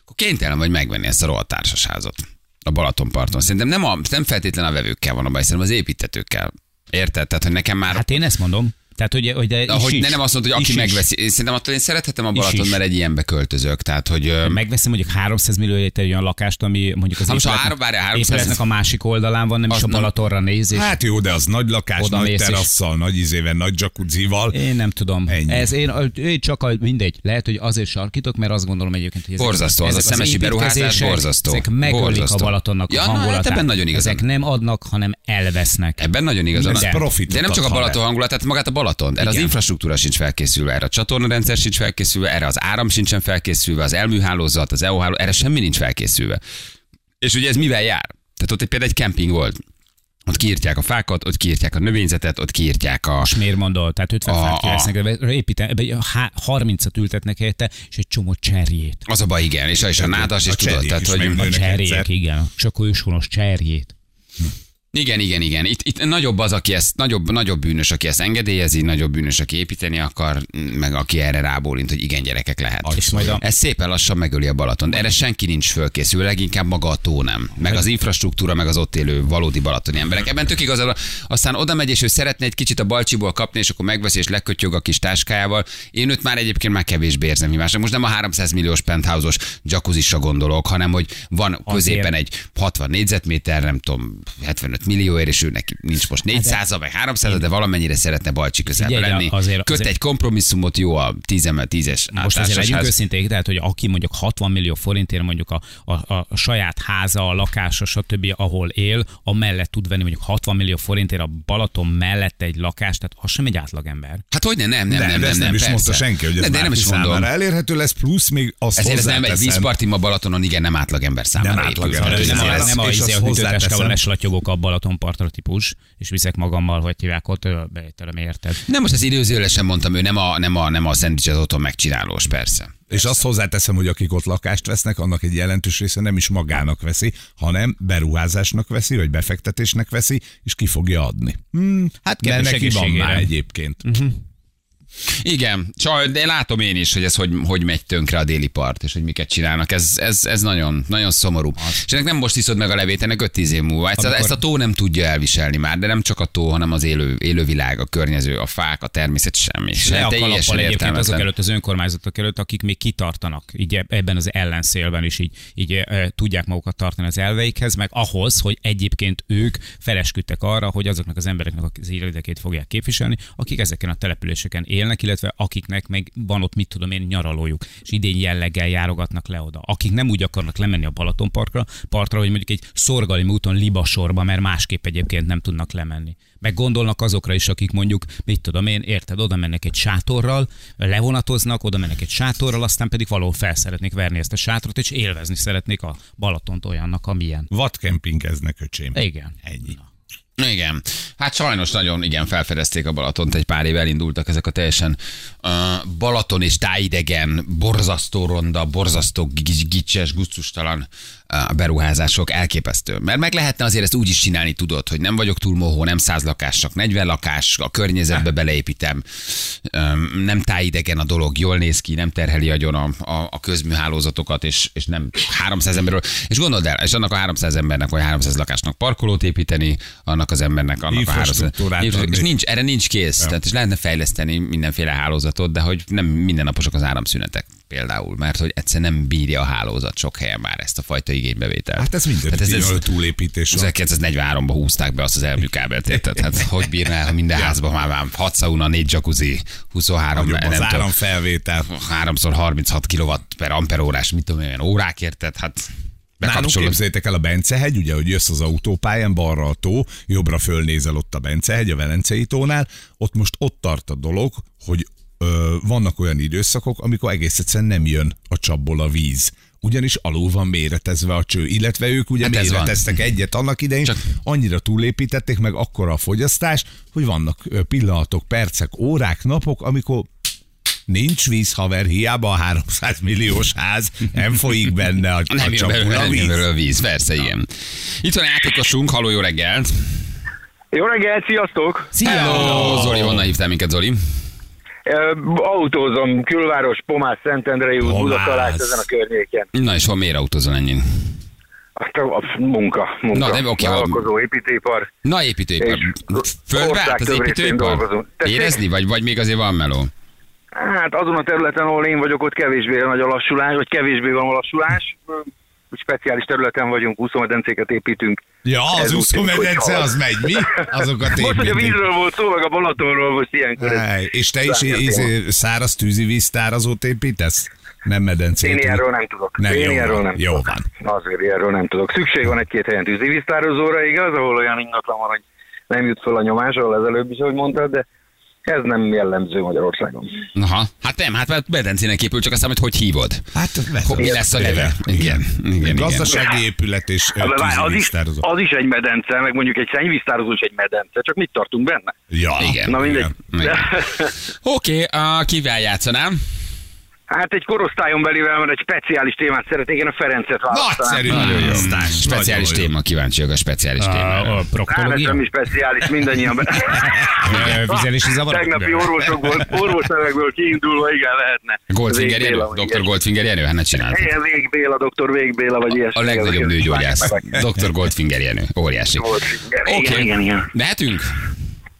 akkor kénytelen vagy megvenni ezt a rohadt társasházat a Balatonparton. Szerintem nem, a, nem feltétlen a vevőkkel van a baj, szerintem az építetőkkel. Érted? Tehát, hogy nekem már Hát én ezt mondom. Tehát, hogy, hogy de is, ahogy Hát is. ne, nem azt mondod, hogy aki Is, is. megveszi. Én szerintem attól én szerethetem a Is, Balaton, is. mert egy ilyenbe költözök. Tehát, hogy ö, Megveszem mondjuk 300 millió egy olyan lakást, ami mondjuk az Ha most a épületnek, három- várjál, 300 épületnek a másik oldalán van, nem is Az a nem- Balatonra néz. És Hát jó, de az nagy lakás, Oda nagy mész és- terasszal, nagy izével, nagy jacuzzival. Én nem tudom. Ennyi. Ez én, én csak a, mindegy. Lehet, hogy azért sarkítok, mert azt gondolom egyébként, hogy ezek, Borzasztó, az a szemesi beruházás építkezések, borzasztó. Ezek megölik Borzasztó. a Balatonnak Ja, a na, hát hangulatát. ebben nagyon igazad. Ezek nem adnak, hanem elvesznek. Ebben nagyon igazad. Ez van. profitot De nem csak a ad, ha Balaton lehet. hangulatát, magát a Balaton. Erre az Igen. infrastruktúra sincs felkészülve, erre a csatornarendszer sincs felkészülve, erre az áram sincsen felkészülve, az elműhálózat, az EO háló, erre semmi nincs felkészülve. És ugye ez mivel jár? Tehát ott egy, például egy kemping volt. Ott kiírtják a fákat, ott kiírtják a növényzetet, ott kiírtják a... És miért mondod? Tehát 50 Ah, A- fát a- kivesznek, de építen, ebbe há- 30-at ültetnek helyette, és egy csomó cserjét. Az a baj, igen, és a, és a nádas, és Hát, a tudod, cserjék tehát, is hogy megnőnek. Nőnek Cserjék, egyszer. igen. Csak a őshonos cserjét. Igen, igen, igen. Itt, itt nagyobb az, aki ezt, nagyobb, nagyobb bűnös, aki ezt engedélyezi, nagyobb bűnös, aki építeni akar, meg aki erre rábólint, hogy igen, gyerekek lehet. És majd a- Ez szépen lassan megöli a Balaton. Erre senki nincs fölkészül, leginkább maga a tó nem. Meg az infrastruktúra, meg az ott élő valódi balatoni emberek. Ebben tök igazad van. Aztán oda megy, és ő szeretne egy kicsit a balcsiból kapni, és akkor megveszi, és lekötyög a kis táskájával. Én őt már egyébként már kevésbé érzem hibásnak. Most nem a 300 milliós penthouse-os jacuzzisra gondolok, hanem hogy van középen egy 60 négyzetméter, nem tudom, 75 millióért, és ő neki nincs most 400 meg 300 de valamennyire szeretne balcsi közelben Hát Figyelj, de lenni. azért- Köt azért- egy kompromisszumot, jó a 10 10-es Most azért legyünk háztársasház. őszinték, tehát, hogy aki mondjuk 60 millió forintért mondjuk a, a, a saját háza, a lakása, stb., ahol él, amellett tud venni mondjuk 60 millió forintért a Balaton mellett egy lakást, tehát az sem egy átlagember. Hát hogy ne, nem, nem, Nem, nem, de nem, ezt nem, nem, is persze. mondta senki, hogy ez nem, de én nem, nem nem is mondom. számára elérhető lesz, plusz még azt Ezért ez nem egy hozzáteszem. vízparti ma Balatonon, igen, nem átlagember számára. Nem épül. átlagember. Ez Ő Nem, azért- a- az- nem a, és izé, azt a hűtőtáskával hozzáteszem. leslatyogok a Balatonpartra típus, és viszek magammal, hogy hívják ott, ö, bejöttelem, érted? Nem most ezt időzőre sem mondtam, ő nem a, nem a, nem a szendvicset otthon megcsinálós, persze. És azt hozzáteszem, hogy akik ott lakást vesznek, annak egy jelentős része nem is magának veszi, hanem beruházásnak veszi, vagy befektetésnek veszi, és ki fogja adni. Hmm, hát kedves neki van egészségére. már egyébként. Uh-huh. Igen, csaj, de látom én is, hogy ez hogy, hogy megy tönkre a déli part, és hogy miket csinálnak. Ez, ez, ez nagyon, nagyon szomorú. És ennek nem most iszod meg a levét, ennek 5-10 év múlva. Ezt, Amikor... Amikor- ezt a tó nem tudja elviselni már, de nem csak a tó, hanem az élő, élővilág, a környező, a fák, a természet, semmi. le Se, a teljesen kalappal egyébként azok értelmetlen. előtt, az önkormányzatok előtt, akik még kitartanak így eb- ebben az ellenszélben is így, így e, e, tudják magukat tartani az elveikhez, meg ahhoz, hogy egyébként ők felesküdtek arra, hogy azoknak az embereknek az érdekét fogják képviselni, akik ezeken a településeken élnek, illetve akiknek meg van ott, mit tudom én, nyaralójuk, és idén jelleggel járogatnak le oda. Akik nem úgy akarnak lemenni a Balatonparkra, partra, hogy mondjuk egy szorgalmi úton libasorba, mert másképp egyébként nem tudnak lemenni. Meg gondolnak azokra is, akik mondjuk, mit tudom én, érted, oda mennek egy sátorral, levonatoznak, oda mennek egy sátorral, aztán pedig valahol felszeretnék verni ezt a sátrot, és élvezni szeretnék a Balatont olyannak, amilyen. Vadkempingeznek, öcsém. Igen. Ennyi. Igen. Hát sajnos nagyon igen felfedezték a Balatont, egy pár év elindultak ezek a teljesen uh, Balaton és tájidegen, borzasztó ronda, borzasztó gi- gi- gicses, gusztustalan a beruházások elképesztő. Mert meg lehetne azért ezt úgy is csinálni, tudod, hogy nem vagyok túl mohó, nem száz lakás, csak 40 lakás, a környezetbe beleépítem, öm, nem tájidegen a dolog, jól néz ki, nem terheli agyon a, a, a közműhálózatokat, és, és nem 300 emberről. És gondold el, és annak a 300 embernek vagy 300 lakásnak parkolót építeni, annak az embernek annak a 300. Infrastruktúrát És adni. nincs, erre nincs kész. Tehát és lehetne fejleszteni mindenféle hálózatot, de hogy nem mindennaposak az áramszünetek például, mert hogy egyszer nem bírja a hálózat sok helyen már ezt a fajta igénybevételt. Hát ez minden Tehát ez, ez, túlépítés. van. 1943-ban húzták be azt az elmű kábelt, érted? Hát hogy bírná, ha minden házban már, már 6 sauna, 4 jacuzzi, 23, Nagyobb nem az tudom, áramfelvétel. 3x36 kW per amperórás, mit tudom én, olyan órák, érted? Hát Nálunk bekapcsolod. képzeljétek el a Bencehegy, ugye, hogy jössz az autópályán, balra a tó, jobbra fölnézel ott a Bencehegy, a Velencei tónál, ott most ott tart a dolog, hogy ö, vannak olyan időszakok, amikor egész egyszerűen nem jön a csapból a víz ugyanis alul van méretezve a cső, illetve ők ugye Hát hát ez van. méreteztek egyet annak idején, Csak- Csak... annyira túlépítették meg akkora a fogyasztás, hogy vannak ö, pillanatok, percek, órák, napok, amikor Nincs víz, haver, hiába a 300 milliós ház, nem folyik benne a, Nem a jön csapból belőle a nem jön víz. belőle a víz, persze, igen. Itt van a játékosunk, haló, jó reggelt! Jó reggelt, sziasztok! Hello! Zoli, honnan hívtál minket, Zoli? Ö, Autózom, külváros, Pomás, Szentendrei út, Pomász. Budatalács, ezen a környéken. Na és hol miért autózol ennyit? Azt a, a munka, munka. Na, de oké, ha- Vállalkozó, építőipar. Na, építőipar. És Földbe ország állt az több részén építőipar? dolgozunk. Tessék? Érezni, vagy, vagy még azért van meló? Hát azon a területen, ahol én vagyok, ott kevésbé nagy a lassulás, vagy kevésbé van a lassulás. Ö, Speciális területen vagyunk, úszómedencéket építünk. Ja, az Ez úgy tűnik, hogy úszómedence halad. az megy, mi? Azokat Most, hogy a építik. vízről volt szó, meg a Balatonról most ilyenkor. ez- Áj, És te is Látom, izé, száraz tűzi víztározót építesz? Nem medencét. Én ilyenről nem tudok. Nem, Én jó ilyenről van, nem jó tudok. Azért ilyenről nem tudok. Szükség van egy-két helyen tűzivíztározóra, igaz, ahol olyan ingatlan van, hogy nem jut fel a nyomás, ahol az előbb is, ahogy mondtad, de ez nem jellemző Magyarországon. Aha, hát nem, hát mert medencének épül, csak aztán, hogy hogy hívod. Hát Hogy mi lesz a neve? Igen, igen, igen. Gazdasági épület és ö, De Hát, várj, tűzi az, is, víztározó. az is egy medence, meg mondjuk egy szennyvíztározó is egy medence, csak mit tartunk benne? Ja, Igen. Na mindegy. igen. Oké, okay, kivel játszanám? Hát egy korosztályon belivel, mert egy speciális témát szeretnék, én a Ferencet választanám. Nagyszerű választás. Speciális Nagyon jó. téma, kíváncsiak a speciális Ah, témára. A Hát proktológia? nem is speciális, mindannyian. Be... Ö, Vizelési zavarok? Tegnapi orvosokból, orvosnevekből kiindulva, igen, lehetne. Goldfinger Végbéla, Jenő? vagy Dr. Goldfinger Jenő? Hát ne csináld. Igen, Vég Béla, doktor Vég Béla, vagy A ilyesmi. legnagyobb Ezeket nőgyógyász. ismerjük meg. Dr. Goldfinger Jenő. Óriási. Goldfinger. Igen, Oké. igen, igen. Mehetünk?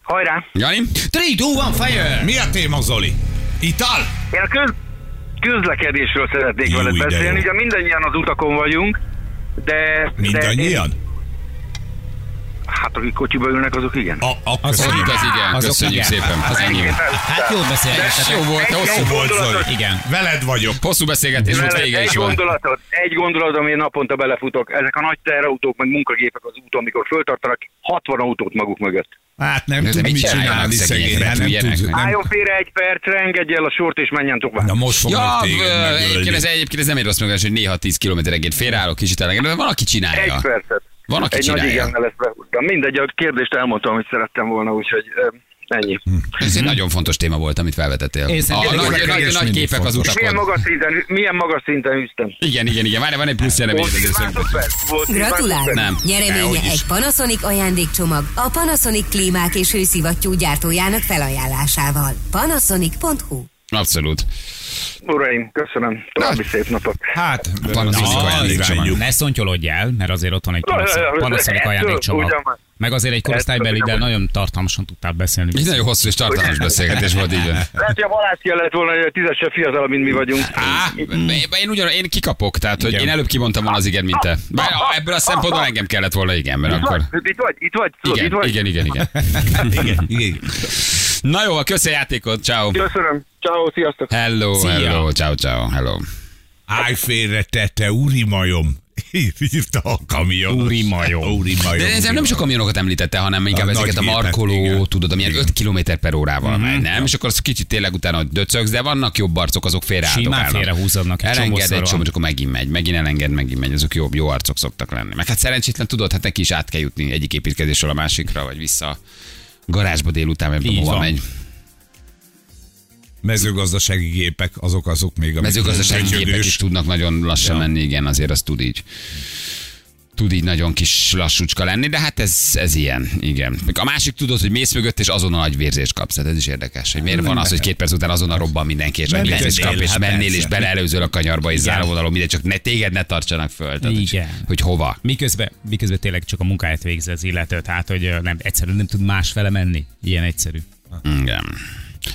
Hajrá! Jani? 3, 2, 1, fire! Mi a téma, Zoli? Ital? Én a köz, közlekedésről szeretnék Jó, veled ide beszélni. jó. Ugye mindannyian az utakon vagyunk, de... De, Mindannyian? hát akik kocsiba ülnek, azok igen. A, a Köszönjük, az igen. Azok Köszönjük igen. szépen. Az enyém. Hát jól beszélgetek. Jó volt, hosszú, Egy volt, gondolatot, Zoli. Igen. Veled vagyok. hosszú beszélgetés volt, veled, vége egy is volt. gondolatot, egy gondolatot, ami naponta belefutok. Ezek a nagy teherautók, meg munkagépek az úton, amikor föltartanak 60 autót maguk mögött. Hát nem De tud mit mit csinálnak csinálni szegények? szegény. hát Nem Repüljenek tud. meg. nem- Álljon félre egy percre, engedj el a sort, és menjen tovább. Na most Ja, fognak téged ö, egyébként ez, megölni. egyébként ez nem egy rossz megoldás, hogy néha 10 kilométerenként félreállok, kicsit elengedem, de van, aki Egy csinálja. percet. Van, aki Egy csinálja. nagy igennel ezt behúztam. Mindegy, a kérdést elmondtam, amit szerettem volna, úgyhogy ö, ennyi. Hm, Ez egy nagyon fontos téma volt, amit felvetettél. Mhm. Én A, szerintem a nagy, ezek nagy, mindig nagy képek az fontos. És milyen utakon. magas szinten, milyen magas szinten üztem? Igen, igen, igen. Várj, van egy plusz jelemény. Volt tíz másodperc? Volt tíz Gratulál! másodperc? Nem. Nyereménye Dehogy is. egy Panasonic ajándékcsomag a Panasonic klímák és hőszivattyú gyártójának felajánlásával. Panasonic.hu Abszolút. Uraim, köszönöm. További szép napot. Hát, Panasonic na, ajándékcsomag. irányú. Ne szontyolodj el, mert azért ott van egy Jaj, jaj, panaszonik, jaj, panaszonik ettől ajándékcsomag. ugyan van. Meg azért egy korosztálybelivel nagyon tartalmasan tudtál beszélni. Egy nagyon hosszú és tartalmas beszélgetés volt így. van. Lehet, hogy a Balázs kellett volna, hogy a tízesebb fiatalabb, mint mi vagyunk. Á, én ugyan, én kikapok, tehát hogy Igen. én előbb kimondtam volna az igen, mint te. Bár ebből a szempontból engem kellett volna igen, mert Itt akkor... vagy, itt vagy, itt vagy, tudod, itt Igen, vagy. igen, igen, igen. Igen, igen. Na jó, köszi a játékot, ciao. Köszönöm. Ciao, sziasztok. Hello, Szia. hello, ciao, ciao, hello. Állj félre, te, te úrimajom. Írta a kamion. Úrimajom. Úrimajom. De ezzel nem csak a kamionokat említette, hanem inkább A a ezeket a nagy gépet, markoló, igen. tudod, amilyen Igen. 5 km per órával Mhm. mm-hmm. megy, nem? És akkor az kicsit tényleg utána döcögsz, de vannak jobb arcok, azok félreállnak. Simán állnak. félrehúzódnak, egy Elenged csomószor egy van. csomót, akkor megint megy, megint elenged, megint megy, azok jobb, jó arcok szoktak lenni. Meg hát szerencsétlen, tudod, hát neki is át kell jutni egyik építkezésről a másikra, vagy vissza a garázsba délután, mert Így hova van. megy. mezőgazdasági gépek, azok azok még a mezőgazdasági gépek is tudnak nagyon lassan ja. menni, igen, azért az tud így tud így nagyon kis lassúcska lenni, de hát ez, ez ilyen, igen. Még A másik tudod, hogy mész mögött, és azonnal nagy vérzést kapsz. Hát ez is érdekes, hogy miért van az, hogy két perc után azonnal robban mindenki, és nagy Menni vérzést kell, kap, és hát mennél, persze. és beleelőzöl a kanyarba, és záróvonalon, mindegy, csak ne téged ne tartsanak föl. Tehát, hogy- Igen. Hogy hova. Miközben, miközben tényleg csak a munkáját végzi az illető, tehát hogy ö, nem, egyszerűen nem tud másfele menni. Ilyen egyszerű. Igen.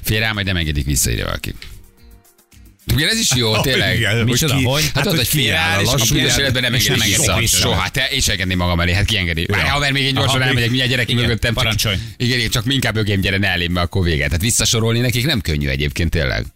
Félj rá, majd nem engedik visszaírja valaki. Ugye ez is jó, tényleg. igen, hogy Micsoda, ki- hogy? hát, Hát, hát ott, hogy hogy kiáll félreáll, a és a lassú büdös jár- életben nem és engedi így vissza. sok vissza. Soha. Te is engedni magam elé, hát ki engedi. Várj, haver, még egy gyorsan Aha, elmegyek, még- mindjárt gyerek igen, mögöttem. csak- parancsolj. Igen, igen, csak inkább ögém gyere, ne elém, mert akkor véget. Tehát visszasorolni nekik nem könnyű egyébként tényleg.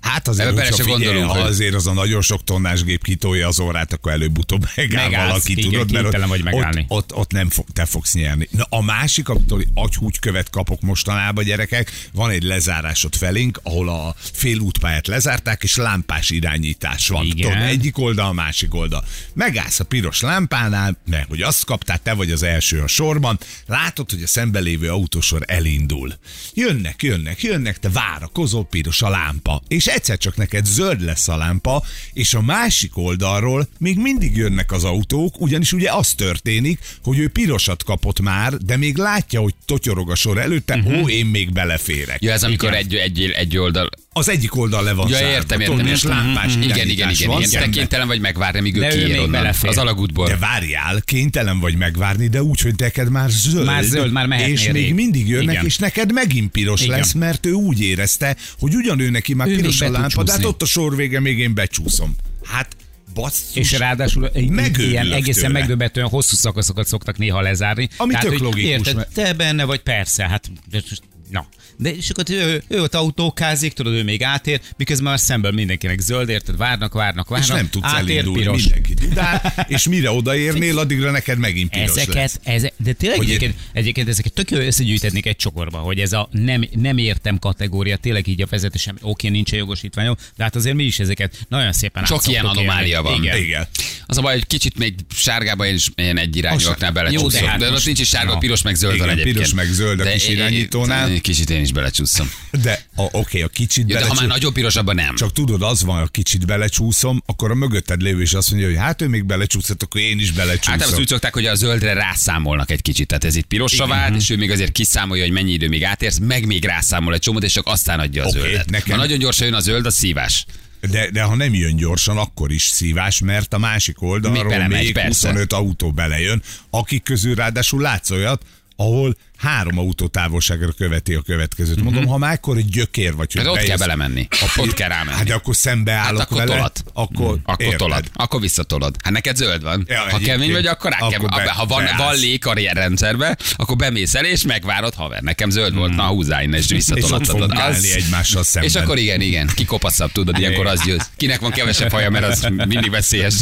Hát azért, Ebbe Ebbe bele hogyha se figyel, gondolunk, ha hogy- azért az a nagyon sok tonnás gép kitolja az órát, akkor előbb-utóbb megáll Megállsz, valaki, igen, tudod, mert kénytelen vagy ott, megállni. ott, ott, ott nem fog, te fogsz nyerni. Na a másik, amitől agyhúgykövet kapok mostanában, gyerekek, van egy lezárás ott felénk, ahol a félútpályát lezárták, és lámpás irányítás van. Igen. Tudod, egyik oldal, másik oldal. Megállsz a piros lámpánál, mert hogy azt kaptál, te vagy az első a sorban, látod, hogy a szembe lévő autósor elindul. Jönnek, jönnek, jönnek, te várakozol, piros a lámpa, és egyszer csak neked zöld lesz a lámpa, és a másik oldalról még mindig jönnek az autók, ugyanis ugye az történik, hogy ő pirosat kapott már, de még látja, hogy totyorog a sor előtte, uh-huh. ó, én még beleférek. Mhm. Ja, ez amikor egy, egy, egy oldal... Az egyik oldal le van Ja, zárva, értem, értem. tudod, és értem. lámpás Mhm, Igen, igen, irányítás igen. van igen. Te szemben. kénytelen vagy megvárni, míg ő De ő kiér még onnan. belefér. Az alagútból. De várjál, kénytelen vagy megvárni, de úgy, hogy neked már zöld. Már zöld, már mehetnél És még rég. mindig jönnek, Igen. és neked megint piros Igen. lesz, mert ő úgy érezte, hogy ugyan ő neki már Ő piros még a be tud lámpa, de hát csúszni. ott a sor vége még én becsúszom. Hát, basszus. És ráadásul egy- Megőrülök ilyen egészen tőle. megdöbbetően hosszú szakaszokat szoktak néha lezárni. Ami tök hogy logikus, Érted, mert- te benne vagy, persze, hát de most- na. De és akkor ő, ő ott autókázik, tudod, ő még átér, miközben már szemből mindenkinek zöld, érted, várnak, várnak, és várnak. nem tudsz átér, elindulni, piros. mindenki dudál, és mire odaérnél, addigra neked megint piros lesz. Ezeket, eze, de tényleg Hogy egyébként, egyébként, ezeket tök jól összegyűjtetnék egy csokorba, hogy ez a nem, nem értem kategória, tényleg így a vezetésem, oké, nincs jogosítványom, de hát azért mi is ezeket nagyon szépen Sok át szoktuk ilyen anomália élni. van. Igen. Igen. Az a baj, hogy kicsit még sárgába én is ilyen egy irányúaknál Jó, de belecsúszom. hát De, ott most- nincs is sárga, Na. piros meg zöld Igen, van egyébként. piros meg zöld a De kis én- én- irányítónál. én- Kicsit én is belecsúszom. De a, oké, a kicsit Jó, de ha belecsú- már nagyobb piros, abban nem. Csak tudod, az van, ha kicsit belecsúszom, akkor a mögötted lévő is azt mondja, hogy hát ő még belecsúszott, akkor én is belecsúszom. Általában Hát, azt úgy szokták, hogy a zöldre rászámolnak egy kicsit. Tehát ez itt pirosra vált, Mhm. és ő még azért kiszámolja, hogy mennyi idő még átérsz, meg még rászámol egy csomót, és csak aztán adja a Oké, zöldet. nekem- Ha nagyon gyorsan jön a zöld, a szívás. De, de ha nem jön gyorsan, akkor is szívás, mert a másik oldalról Még még, belemegy, még persze. 25 autó belejön, akik közül ráadásul látsz olyat, ahol három autó távolságra követi a következőt. Mondom, ha már akkor egy gyökér vagy, hogy Mhm. Hát ott kell bejössz- belemenni. Ott kell rámenni. Hát de akkor szembe Hát állok akkor vele. tolat. Mhm. Akkor, Akkor érted? tolad, akkor visszatolod. Hát neked zöld van. Ja, ha kemény egyébként. vagy, akkor rá kell. Akkor be- ha van, beállsz. van lék a rendszerbe, akkor bemész el és megvárod, haver. Nekem zöld volt, na húzzá innen, és Hmm. És ott visszatolatod. fogunk állni egymással szemben. Hát És akkor igen, igen, kikopaszabb, tudod, ilyenkor az jössz. Kinek van kevesebb haja, mert az mindig veszélyes.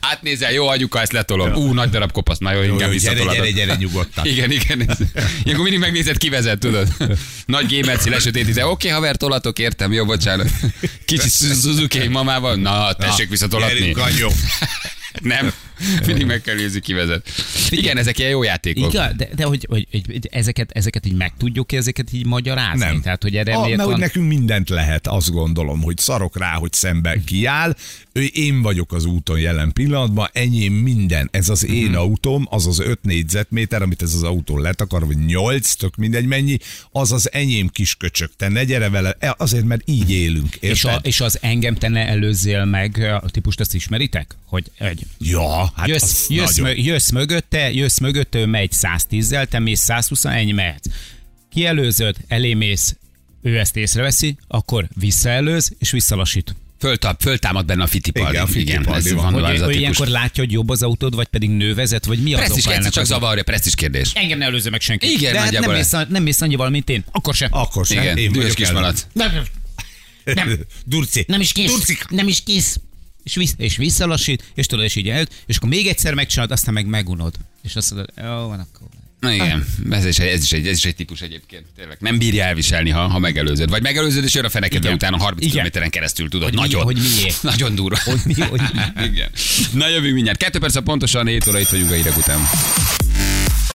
Átnézel, jó agyuka, ezt letolom. Ú, nagy darab kopasz, na jó, inkább jó, gyere, visszatolod. gyere, gyere, nyugodtan. Igen, igen. Ilyenkor mindig megnézed, ki vezet, tudod. Nagy gémeci lesötétítve. izé, Oké, haver, tolatok, értem, jó, bocsánat. Kicsi Suzuki mamával, na, tessék visszatolatni. Gyerünk, anyó. Nem, mindig meg kell nézni, ki vezet. Igen, ezek ilyen jó játékok. Igen, de, de hogy, hogy, hogy hogy ezeket, ezeket így meg tudjuk ezeket így magyarázni? Nem. Tehát, hogy erre a, miért Ah, mert van... hogy nekünk mindent lehet, azt gondolom, hogy szarok rá, hogy szembe Mhm. kiáll. Ő, én vagyok az úton jelen pillanatban, enyém minden. Ez az én Mhm. autóm, az az 5 négyzetméter, amit ez az autó letakar, vagy 8, tök mindegy mennyi, az az enyém kis köcsök. Te ne gyere vele, e, azért, mert így élünk. Érted? és, a, és az engem te ne előzzél meg, eh, a típust azt ismeritek? Hogy egy, Ja, hát jössz, az jössz, nagyon. mö, jössz mögötte, jössz mögötte, ő megy 110-zel, te mész 120 ennyi mehetsz. Kielőzöd, elémész, ő ezt észreveszi, akkor visszaelőz, és visszalassít. Föltap, föltámad benne a fitipaldi. Igen, a Igen, fittipaldi ez van. van Hogy, ez a hogy ilyenkor típus. látja, hogy jobb az autód, vagy pedig nővezet, vagy mi az Presztis oka kérdés, ennek csak az- zavarja, presztis kérdés. Engem ne előzze meg senki. Igen, De hát nem, nagyjából mész, nem mész annyival, mint én. Akkor sem. Akkor sem. Igen, én dühös vagyok kismalac. Nem, ellen. Durci. nem is kész. Durcik. Nem is kész. és, visz, és visszalassít, és tudod, és így el, és akkor még egyszer megcsinálod, aztán meg megunod. És azt mondod, jó, van akkor. Na igen, ez is, egy, ez, is egy, ez is egy típus egyébként. Tényleg nem bírja elviselni, ha, ha megelőzöd. Vagy megelőzöd, és jön a fenekedve Igen. utána 30 Igen. kilométeren keresztül, tudod. Hogy mi- nagyon. hogy miért? Nagyon durva. Hogy mi- hogy mi- Igen. Na jövünk mindjárt. Kettő perc a pontosan, 7 óra itt vagyunk a hírek után.